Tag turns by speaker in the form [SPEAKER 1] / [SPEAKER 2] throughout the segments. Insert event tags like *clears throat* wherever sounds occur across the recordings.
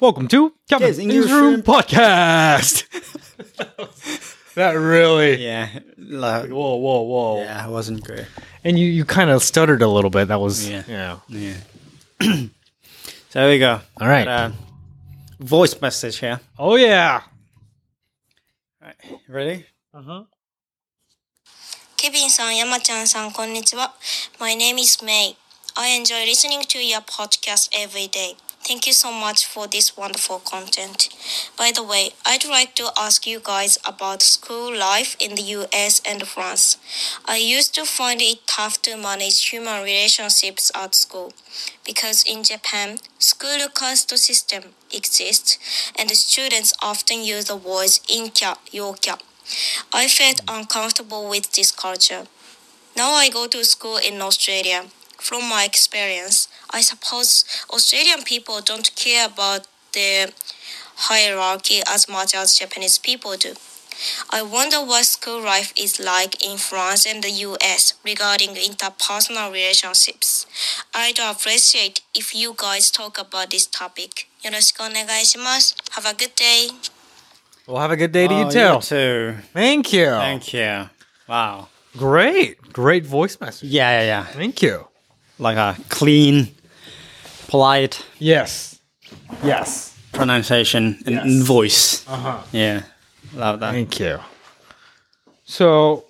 [SPEAKER 1] Welcome to
[SPEAKER 2] Yes,
[SPEAKER 1] Kevin's
[SPEAKER 2] English
[SPEAKER 1] English Room *laughs*
[SPEAKER 2] Room.
[SPEAKER 1] Podcast. that really.
[SPEAKER 2] Yeah. *laughs* Like,
[SPEAKER 1] Whoa, whoa, whoa.
[SPEAKER 2] yeah, it wasn't great.
[SPEAKER 1] And you, you kind of stuttered a little bit. That was.
[SPEAKER 2] Yeah.
[SPEAKER 1] Yeah.
[SPEAKER 2] Yeah. so there we go.
[SPEAKER 1] All right.
[SPEAKER 2] Got a voice message here.
[SPEAKER 1] uh, oh, yeah.
[SPEAKER 2] Ready?
[SPEAKER 1] Uh-huh.
[SPEAKER 3] ケビンさん、山ちゃんさん、こんにちは。My name is May. I enjoy listening to your podcast every day. Thank you so much for this wonderful content. By the way, I'd like to ask you guys about school life in the US and France. I used to find it tough to manage human relationships at school because in Japan, school caste system exists and students often use the words inkya, yokya. I felt uncomfortable with this culture. Now I go to school in Australia. From my experience, I suppose Australian people don't care about the hierarchy as much as Japanese people do. I wonder what school life is like in France and the US regarding interpersonal relationships. I'd appreciate if you guys talk about this topic. よろしくお願いします。Have a good day.
[SPEAKER 1] Well, have a good day to
[SPEAKER 2] Oh,
[SPEAKER 1] you, too.
[SPEAKER 2] too.
[SPEAKER 1] Thank you.
[SPEAKER 2] Thank you. Wow.
[SPEAKER 1] Great. Great voice message.
[SPEAKER 2] Yeah, yeah, yeah.
[SPEAKER 1] Thank you.
[SPEAKER 2] Like a clean, polite
[SPEAKER 1] Yes. Yes.
[SPEAKER 2] pronunciation and and voice.
[SPEAKER 1] Uh huh.
[SPEAKER 2] Yeah. Love that.
[SPEAKER 1] Thank you. So,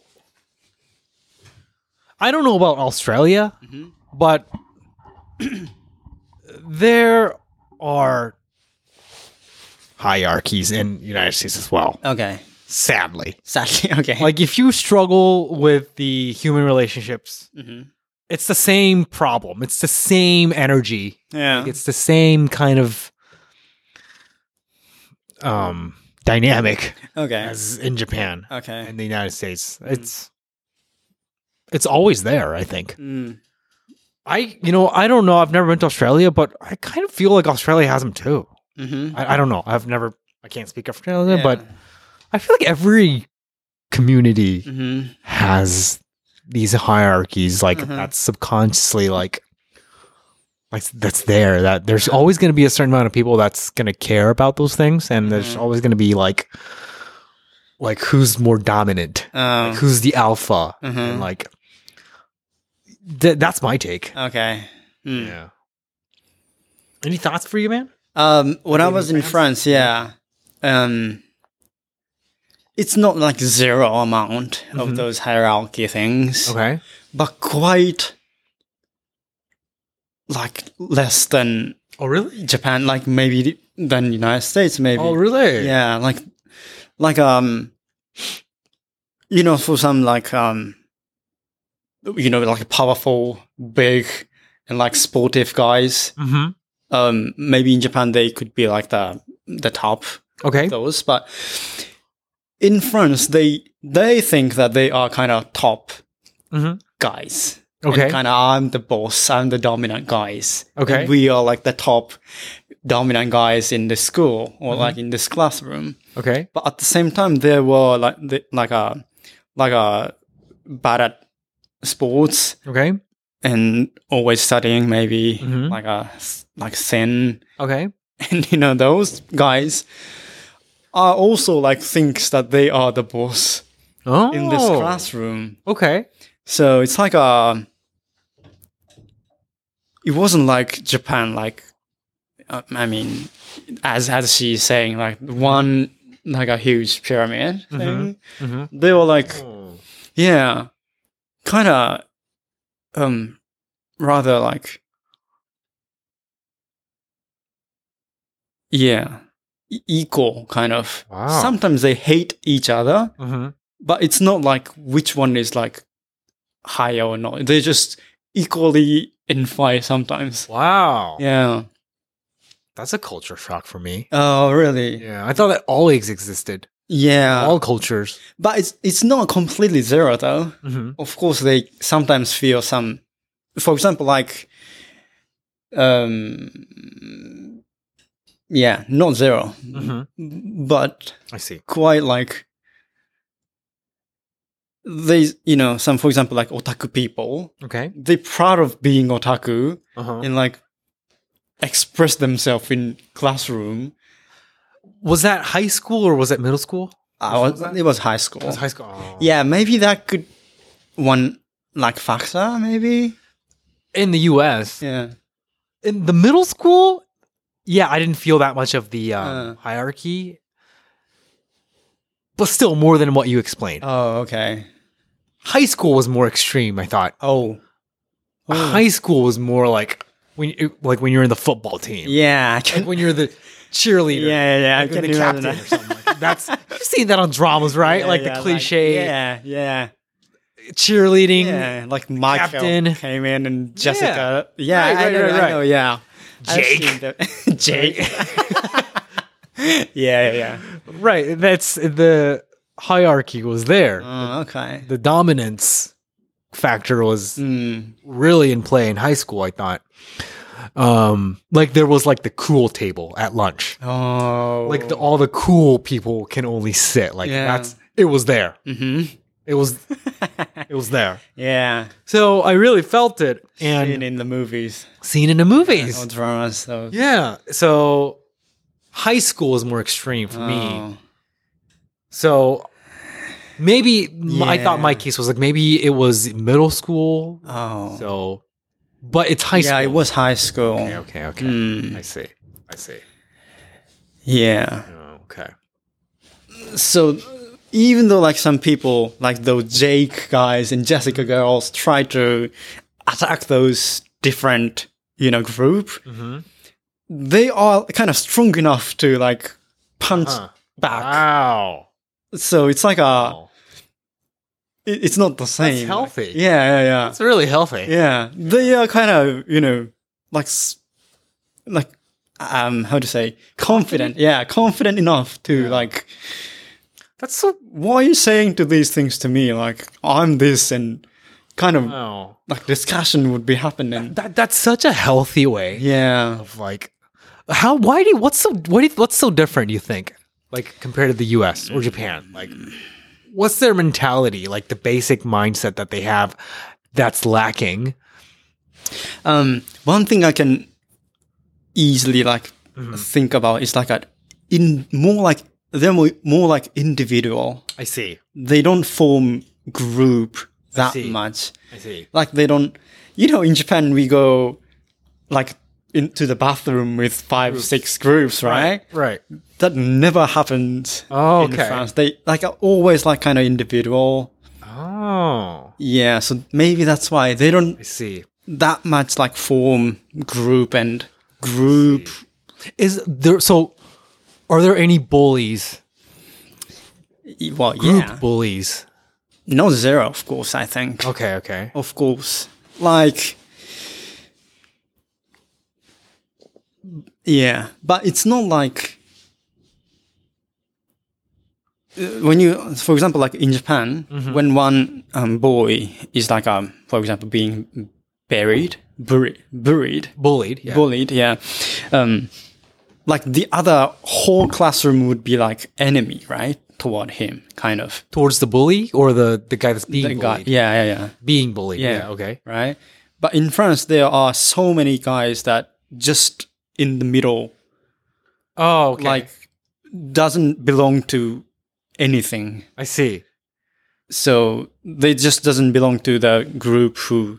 [SPEAKER 1] I don't know about Australia, but *clears throat* there are hierarchies in the United States as well,
[SPEAKER 2] Okay.
[SPEAKER 1] sadly.
[SPEAKER 2] Sadly, *laughs* okay.
[SPEAKER 1] Like, if you struggle with the human relationships,
[SPEAKER 2] Mhm.
[SPEAKER 1] it's the same problem, it's the same energy,
[SPEAKER 2] yeah.
[SPEAKER 1] it's the same kind of um, dynamic
[SPEAKER 2] Okay.
[SPEAKER 1] as in Japan
[SPEAKER 2] Okay.
[SPEAKER 1] in the United States. It's it's always there, I think.
[SPEAKER 2] Mm.
[SPEAKER 1] I you know, I don't know. I've never been to Australia, but I kind of feel like Australia has them too.
[SPEAKER 2] Mm-hmm.
[SPEAKER 1] I, I don't know. I've never I can't speak Australia, but I feel like every community
[SPEAKER 2] Mm-hmm.
[SPEAKER 1] has these hierarchies like
[SPEAKER 2] Mhm.
[SPEAKER 1] that's subconsciously like like that's there that there's always going to be a certain amount of people that's going to care about those things and there's
[SPEAKER 2] Mhm.
[SPEAKER 1] always going to be like like who's more dominant
[SPEAKER 2] Um,
[SPEAKER 1] like, who's the alpha
[SPEAKER 2] Mhm.
[SPEAKER 1] and like th- that's my take
[SPEAKER 2] okay. Uh, Mm.
[SPEAKER 1] yeah any thoughts for you man
[SPEAKER 2] Um, when I
[SPEAKER 1] Maybe
[SPEAKER 2] was in
[SPEAKER 1] France?
[SPEAKER 2] France, yeah, um, it's not like zero amount
[SPEAKER 1] Mhm.
[SPEAKER 2] of those hierarchy things,
[SPEAKER 1] okay
[SPEAKER 2] but quite like less than
[SPEAKER 1] oh really
[SPEAKER 2] Japan, like maybe than United States, maybe.
[SPEAKER 1] oh really
[SPEAKER 2] Yeah, like, like um, you know, for some like um, you know, like powerful, big, and like sportive guys
[SPEAKER 1] hmm
[SPEAKER 2] um maybe in Japan they could be like the the top
[SPEAKER 1] okay
[SPEAKER 2] those but in France they they think that they are kind of top
[SPEAKER 1] hmm
[SPEAKER 2] guys
[SPEAKER 1] okay
[SPEAKER 2] kind of I'm the boss I'm the dominant guys
[SPEAKER 1] Okay.
[SPEAKER 2] And we are like the top dominant guys in the school or
[SPEAKER 1] Mm-hmm.
[SPEAKER 2] like in this classroom
[SPEAKER 1] okay
[SPEAKER 2] but at the same time there were like the, like a like a bad at sports
[SPEAKER 1] okay
[SPEAKER 2] and always studying maybe
[SPEAKER 1] Mhm.
[SPEAKER 2] like a like thin
[SPEAKER 1] okay
[SPEAKER 2] *laughs* and you know those guys are also like thinks that they are the boss
[SPEAKER 1] oh
[SPEAKER 2] in this classroom
[SPEAKER 1] okay
[SPEAKER 2] so it's like a it wasn't like japan like uh, i mean as as she's saying like one like a huge pyramid thing
[SPEAKER 1] Mhm.
[SPEAKER 2] they were like yeah kind of um rather like yeah e- equal kind of
[SPEAKER 1] Wow.
[SPEAKER 2] sometimes they hate each other
[SPEAKER 1] Mhm.
[SPEAKER 2] but it's not like which one is like higher or not they just equally in fight sometimes
[SPEAKER 1] wow
[SPEAKER 2] yeah
[SPEAKER 1] that's a culture shock for me
[SPEAKER 2] oh really
[SPEAKER 1] yeah i thought that always existed
[SPEAKER 2] yeah
[SPEAKER 1] all cultures
[SPEAKER 2] but it's it's not completely zero though
[SPEAKER 1] mm-hmm.
[SPEAKER 2] of course they sometimes feel some for example like um yeah not 0
[SPEAKER 1] Mm-hmm.
[SPEAKER 2] but
[SPEAKER 1] i see
[SPEAKER 2] quite like they you know some for example like otaku people
[SPEAKER 1] okay
[SPEAKER 2] they're proud of being otaku
[SPEAKER 1] uh-huh.
[SPEAKER 2] and like express themselves in classroom.
[SPEAKER 1] Was that high school or was that middle school?
[SPEAKER 2] I was, it was high school.
[SPEAKER 1] It was high school. Oh.
[SPEAKER 2] Yeah, maybe that could one like factor, maybe.
[SPEAKER 1] In the U.S.,
[SPEAKER 2] Yeah.
[SPEAKER 1] in the middle school, yeah, I didn't feel that much of the um,
[SPEAKER 2] Uh.
[SPEAKER 1] hierarchy, but still more than what you explained.
[SPEAKER 2] Oh, okay.
[SPEAKER 1] high school was more extreme. I thought
[SPEAKER 2] Oh.
[SPEAKER 1] high school was more like when you, like when you're in the football team,
[SPEAKER 2] Yeah, I can,
[SPEAKER 1] like when you're the cheerleader,
[SPEAKER 2] yeah, yeah, yeah. I
[SPEAKER 1] like
[SPEAKER 2] can
[SPEAKER 1] when the
[SPEAKER 2] do
[SPEAKER 1] captain or something. Like, that's you've seen that on dramas, *laughs* right? like the cliche
[SPEAKER 2] yeah, yeah,
[SPEAKER 1] cheerleading.
[SPEAKER 2] yeah. Like Michael
[SPEAKER 1] Captain.
[SPEAKER 2] came in and Jessica. Yeah,
[SPEAKER 1] Right,
[SPEAKER 2] I
[SPEAKER 1] right,
[SPEAKER 2] know,
[SPEAKER 1] right,
[SPEAKER 2] I
[SPEAKER 1] right.
[SPEAKER 2] know, yeah. I've
[SPEAKER 1] Jake. *laughs*
[SPEAKER 2] seen the- Jake. *laughs* yeah, yeah, yeah.
[SPEAKER 1] Right. That's the hierarchy was there.
[SPEAKER 2] Oh, okay.
[SPEAKER 1] The dominance factor was
[SPEAKER 2] Mm.
[SPEAKER 1] really in play in high school, I thought. Um, like there was like the cool table at lunch.
[SPEAKER 2] Oh.
[SPEAKER 1] Like the, all the cool people can only sit. Like
[SPEAKER 2] Yeah.
[SPEAKER 1] that's it was there.
[SPEAKER 2] Mm-hmm.
[SPEAKER 1] It was it was there.
[SPEAKER 2] *laughs* Yeah.
[SPEAKER 1] *laughs* So I really felt it and Oh,
[SPEAKER 2] Seen in the movies
[SPEAKER 1] seen in the
[SPEAKER 2] or
[SPEAKER 1] movies.
[SPEAKER 2] dramas. So
[SPEAKER 1] Yeah. So high school is more extreme for me.
[SPEAKER 2] Oh.
[SPEAKER 1] So maybe m I I thought
[SPEAKER 2] Yeah.
[SPEAKER 1] my case was like maybe it was middle school.
[SPEAKER 2] Oh.
[SPEAKER 1] So but it's high
[SPEAKER 2] yeah,
[SPEAKER 1] school.
[SPEAKER 2] it was high school.
[SPEAKER 1] Okay, okay, okay.
[SPEAKER 2] Mm.
[SPEAKER 1] I see. I see.
[SPEAKER 2] Yeah.
[SPEAKER 1] Oh, okay.
[SPEAKER 2] so even though like some people like those jake guys and jessica girls try to attack those different you know group
[SPEAKER 1] Mm-hmm.
[SPEAKER 2] they are kind of strong enough to like punch
[SPEAKER 1] Huh. Ah.
[SPEAKER 2] back
[SPEAKER 1] Wow.
[SPEAKER 2] so it's like a
[SPEAKER 1] Wow.
[SPEAKER 2] it- it's not the same
[SPEAKER 1] Oh. healthy.
[SPEAKER 2] yeah yeah yeah
[SPEAKER 1] That's really healthy.
[SPEAKER 2] yeah they are kind of you know like s- like um how to say confident yeah confident enough to like
[SPEAKER 1] That's so.
[SPEAKER 2] why are you saying to these things to me like i'm this and kind of
[SPEAKER 1] Wow.
[SPEAKER 2] like discussion would be *laughs* happening
[SPEAKER 1] That that's such a healthy way
[SPEAKER 2] yeah
[SPEAKER 1] of like how why do what's so what do, what's so different you think like compared to the U.S. or Japan like what's their mentality like the basic mindset that they have that's lacking
[SPEAKER 2] um one thing i can easily like think about is like a in more like they're more, more like individual
[SPEAKER 1] I see
[SPEAKER 2] they don't form group that
[SPEAKER 1] see.
[SPEAKER 2] much
[SPEAKER 1] I see
[SPEAKER 2] like they don't you know in japan we go like into the bathroom with five six groups right
[SPEAKER 1] right
[SPEAKER 2] that never happened
[SPEAKER 1] Oh,
[SPEAKER 2] in
[SPEAKER 1] okay.
[SPEAKER 2] France. They like are always like kind of individual.
[SPEAKER 1] oh
[SPEAKER 2] Yeah, so maybe that's why they don't
[SPEAKER 1] I see
[SPEAKER 2] that much like form group and group.
[SPEAKER 1] is there so are there any bullies
[SPEAKER 2] Well,
[SPEAKER 1] group
[SPEAKER 2] yeah,
[SPEAKER 1] bullies
[SPEAKER 2] no zero, of course. I think
[SPEAKER 1] okay okay
[SPEAKER 2] of course, like yeah, but it's not like Uh, when you, for example, like in Japan,
[SPEAKER 1] Mm-hmm.
[SPEAKER 2] when one um, boy is like um, for example, being buried, buried, buried,
[SPEAKER 1] bullied yeah.
[SPEAKER 2] bullied yeah um like the other whole classroom would be like enemy right toward him kind of
[SPEAKER 1] towards the bully or the the guy that's being
[SPEAKER 2] The
[SPEAKER 1] bullied?
[SPEAKER 2] guy- yeah yeah yeah
[SPEAKER 1] Being bullied. Yeah.
[SPEAKER 2] Yeah.
[SPEAKER 1] okay.
[SPEAKER 2] right but in france there are so many guys that just in the middle
[SPEAKER 1] Oh, okay.
[SPEAKER 2] like doesn't belong to anything
[SPEAKER 1] I see.
[SPEAKER 2] so they just doesn't belong to the group who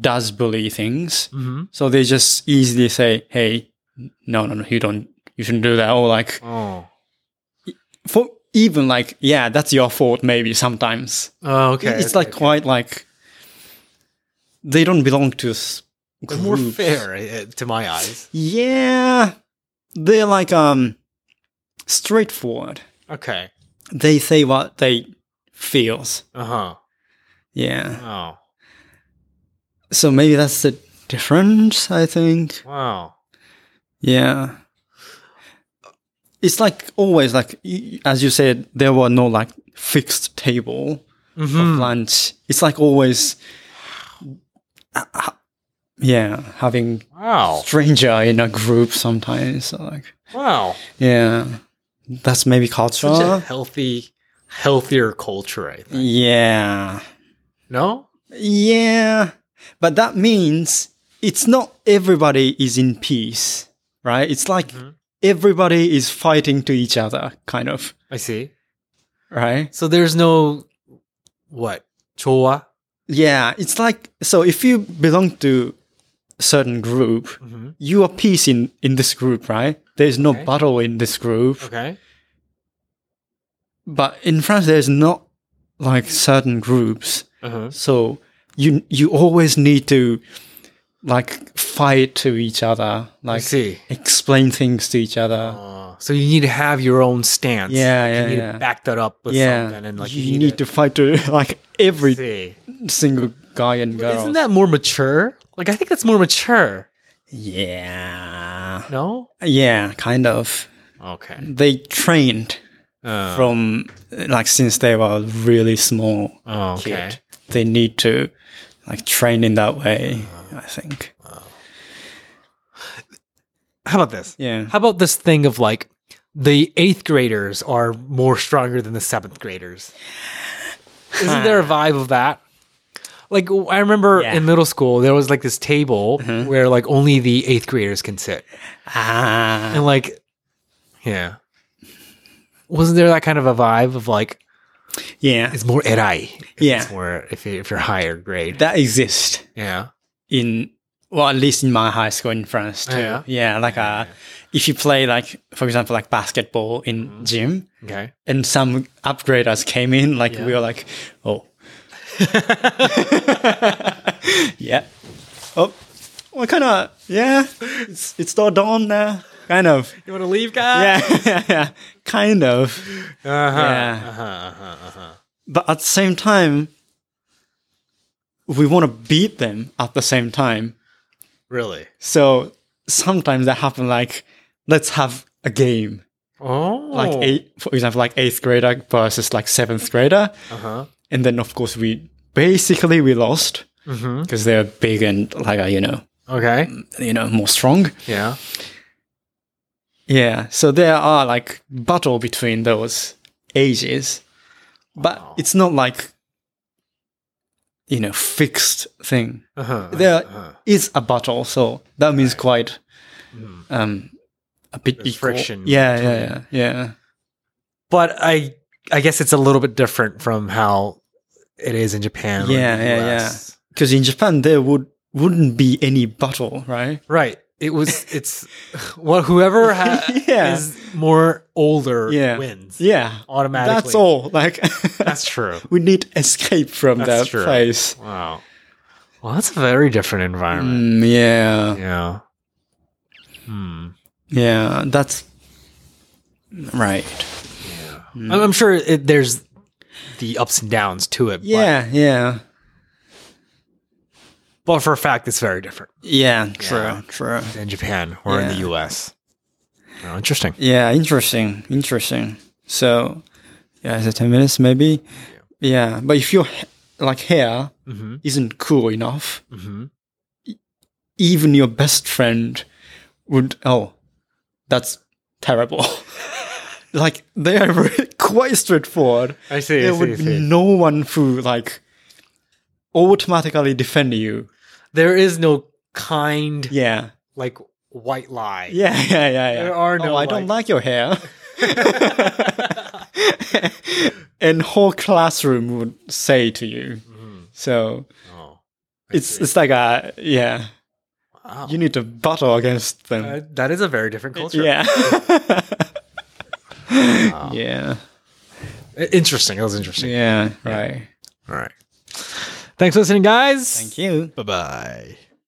[SPEAKER 2] does bully things
[SPEAKER 1] Mm-hmm.
[SPEAKER 2] so they just easily say hey no no no you don't you shouldn't do that or like
[SPEAKER 1] Oh.
[SPEAKER 2] for even like yeah that's your fault maybe sometimes
[SPEAKER 1] Oh, okay.
[SPEAKER 2] it's like quite like they don't belong to us
[SPEAKER 1] They're more fair uh, to my eyes.
[SPEAKER 2] yeah they're like um straightforward
[SPEAKER 1] Okay.
[SPEAKER 2] they say what they feels
[SPEAKER 1] Uh huh.
[SPEAKER 2] yeah
[SPEAKER 1] Oh.
[SPEAKER 2] so maybe that's the difference i think
[SPEAKER 1] Wow.
[SPEAKER 2] yeah it's like always like y- as you said there were no like fixed table
[SPEAKER 1] Mhm.
[SPEAKER 2] Mm-hmm. lunch. It's like always, *sighs* yeah, having
[SPEAKER 1] Wow.
[SPEAKER 2] stranger in a group sometimes. so like,
[SPEAKER 1] Wow.
[SPEAKER 2] yeah, that's maybe
[SPEAKER 1] Such a
[SPEAKER 2] culture.
[SPEAKER 1] healthy, healthier culture. I think.
[SPEAKER 2] Yeah,
[SPEAKER 1] No.
[SPEAKER 2] yeah, but that means it's not everybody is in peace, right? It's like
[SPEAKER 1] Mhm.
[SPEAKER 2] everybody is fighting to each other, kind of,
[SPEAKER 1] I see.
[SPEAKER 2] right?
[SPEAKER 1] So there's no what chowa.
[SPEAKER 2] Yeah, it's like so if you belong to certain group,
[SPEAKER 1] Mhm.
[SPEAKER 2] you are peace in in this group, right? There's no
[SPEAKER 1] Okay.
[SPEAKER 2] battle in this group,
[SPEAKER 1] Okay.
[SPEAKER 2] but in France there's not like certain groups.
[SPEAKER 1] Uh-huh.
[SPEAKER 2] So you you always need to like fight to each
[SPEAKER 1] I
[SPEAKER 2] other, like
[SPEAKER 1] see.
[SPEAKER 2] explain things to each other.
[SPEAKER 1] Uh, so you need to have your own stance.
[SPEAKER 2] Yeah,
[SPEAKER 1] Like,
[SPEAKER 2] yeah,
[SPEAKER 1] You need
[SPEAKER 2] yeah.
[SPEAKER 1] to back that up with
[SPEAKER 2] yeah,
[SPEAKER 1] something, and like
[SPEAKER 2] you, need to fight to *laughs* like every
[SPEAKER 1] see.
[SPEAKER 2] single guy and girl.
[SPEAKER 1] Isn't that more mature? Like I think that's more mature.
[SPEAKER 2] yeah,
[SPEAKER 1] No.
[SPEAKER 2] yeah, kind of.
[SPEAKER 1] Okay.
[SPEAKER 2] They trained
[SPEAKER 1] Uh,
[SPEAKER 2] from like since they were really small.
[SPEAKER 1] oh, okay.
[SPEAKER 2] kid. They need to like train in that way.
[SPEAKER 1] Oh.
[SPEAKER 2] I think.
[SPEAKER 1] How about this?
[SPEAKER 2] Yeah.
[SPEAKER 1] How about this thing of like the eighth graders are more stronger than the seventh graders? Isn't there a vibe of that? Like w- I remember
[SPEAKER 2] Yeah.
[SPEAKER 1] in middle school, there was like this table where like only the eighth graders can sit,
[SPEAKER 2] Ah.
[SPEAKER 1] and like, yeah, wasn't there that kind of a vibe of like
[SPEAKER 2] Yeah.
[SPEAKER 1] it's more erai, if
[SPEAKER 2] Yeah.
[SPEAKER 1] it's more if you, if you're higher grade,
[SPEAKER 2] That exists
[SPEAKER 1] yeah,
[SPEAKER 2] in well, at least in my high school in France too.
[SPEAKER 1] Yeah.
[SPEAKER 2] Yeah. like uh, if you play like for example like basketball in gym,
[SPEAKER 1] okay,
[SPEAKER 2] and some upgraders came in, like we
[SPEAKER 1] Yeah.
[SPEAKER 2] were like, oh. *laughs* yeah. Oh. What kind of yeah? It's it's not dawn now. Kind of.
[SPEAKER 1] you want to leave, guys?
[SPEAKER 2] Yeah. *laughs* yeah. Kind of.
[SPEAKER 1] Uh-huh.
[SPEAKER 2] Yeah.
[SPEAKER 1] Uh-huh, uh-huh, uh-huh.
[SPEAKER 2] but at the same time, we want to beat them at the same time.
[SPEAKER 1] Really?
[SPEAKER 2] So sometimes that happen like, let's have a game,
[SPEAKER 1] Oh,
[SPEAKER 2] like eight, for example, like eighth grader versus like seventh grader,
[SPEAKER 1] Uh-huh.
[SPEAKER 2] and then of course we basically we lost
[SPEAKER 1] Mm-hmm.
[SPEAKER 2] because they're big and like uh, you know
[SPEAKER 1] Okay.
[SPEAKER 2] you know more strong.
[SPEAKER 1] Yeah.
[SPEAKER 2] Yeah, so there are like battle between those ages, but
[SPEAKER 1] Wow.
[SPEAKER 2] it's not like you know fixed thing.
[SPEAKER 1] Uh-huh.
[SPEAKER 2] There is
[SPEAKER 1] uh-huh.
[SPEAKER 2] a battle, so that means quite
[SPEAKER 1] Mm.
[SPEAKER 2] um a bit
[SPEAKER 1] There's
[SPEAKER 2] equal.
[SPEAKER 1] friction
[SPEAKER 2] Yeah, yeah, yeah,
[SPEAKER 1] between-
[SPEAKER 2] yeah.
[SPEAKER 1] But I I guess it's a little bit different from how it is in Japan. or
[SPEAKER 2] Yeah,
[SPEAKER 1] the
[SPEAKER 2] yeah, yeah.
[SPEAKER 1] US.
[SPEAKER 2] Because in Japan there would wouldn't be any battle, right?
[SPEAKER 1] Right. It
[SPEAKER 2] *laughs*
[SPEAKER 1] was it's well whoever ha-
[SPEAKER 2] Yeah.
[SPEAKER 1] is more older
[SPEAKER 2] Yeah.
[SPEAKER 1] wins.
[SPEAKER 2] Yeah,
[SPEAKER 1] Automatically.
[SPEAKER 2] that's all. Like *laughs*
[SPEAKER 1] That's true.
[SPEAKER 2] we need escape from
[SPEAKER 1] That's
[SPEAKER 2] that
[SPEAKER 1] true.
[SPEAKER 2] place.
[SPEAKER 1] Wow. Well, that's a very different environment.
[SPEAKER 2] Mm, yeah,
[SPEAKER 1] Yeah. Hmm.
[SPEAKER 2] yeah, that's right. Mm.
[SPEAKER 1] I'm, I'm sure it, there's the ups and downs to it. but-
[SPEAKER 2] Yeah, yeah,
[SPEAKER 1] But, for a fact, it's very different
[SPEAKER 2] yeah. True,
[SPEAKER 1] Yeah.
[SPEAKER 2] true.
[SPEAKER 1] in Japan or in
[SPEAKER 2] Yeah.
[SPEAKER 1] the US. Oh, interesting.
[SPEAKER 2] Yeah, interesting, interesting. So, yeah, is it ten minutes maybe? Yeah, but if your h- like hair
[SPEAKER 1] Mm-hmm.
[SPEAKER 2] isn't cool enough,
[SPEAKER 1] Mm-hmm.
[SPEAKER 2] even your best friend would oh, that's terrible. *laughs* like they are *laughs* really quite straightforward.
[SPEAKER 1] I see.
[SPEAKER 2] There would be no one who like automatically defend you.
[SPEAKER 1] There is no kind
[SPEAKER 2] Yeah,
[SPEAKER 1] like white lie.
[SPEAKER 2] *laughs* yeah, yeah, yeah. yeah.
[SPEAKER 1] There are no,
[SPEAKER 2] Oh, I don't
[SPEAKER 1] like-
[SPEAKER 2] like your hair.
[SPEAKER 1] *laughs*
[SPEAKER 2] *laughs* and whole classroom would say to you. So
[SPEAKER 1] Oh, Mm-hmm. I
[SPEAKER 2] it's
[SPEAKER 1] see.
[SPEAKER 2] it's like a yeah.
[SPEAKER 1] Wow.
[SPEAKER 2] You need to battle against them.
[SPEAKER 1] Uh, that is a very different culture.
[SPEAKER 2] *laughs* Yeah. yeah.
[SPEAKER 1] I- Interesting. That was interesting.
[SPEAKER 2] Yeah. Right.
[SPEAKER 1] All right. Thanks for listening, guys.
[SPEAKER 2] Thank you.
[SPEAKER 1] Bye bye.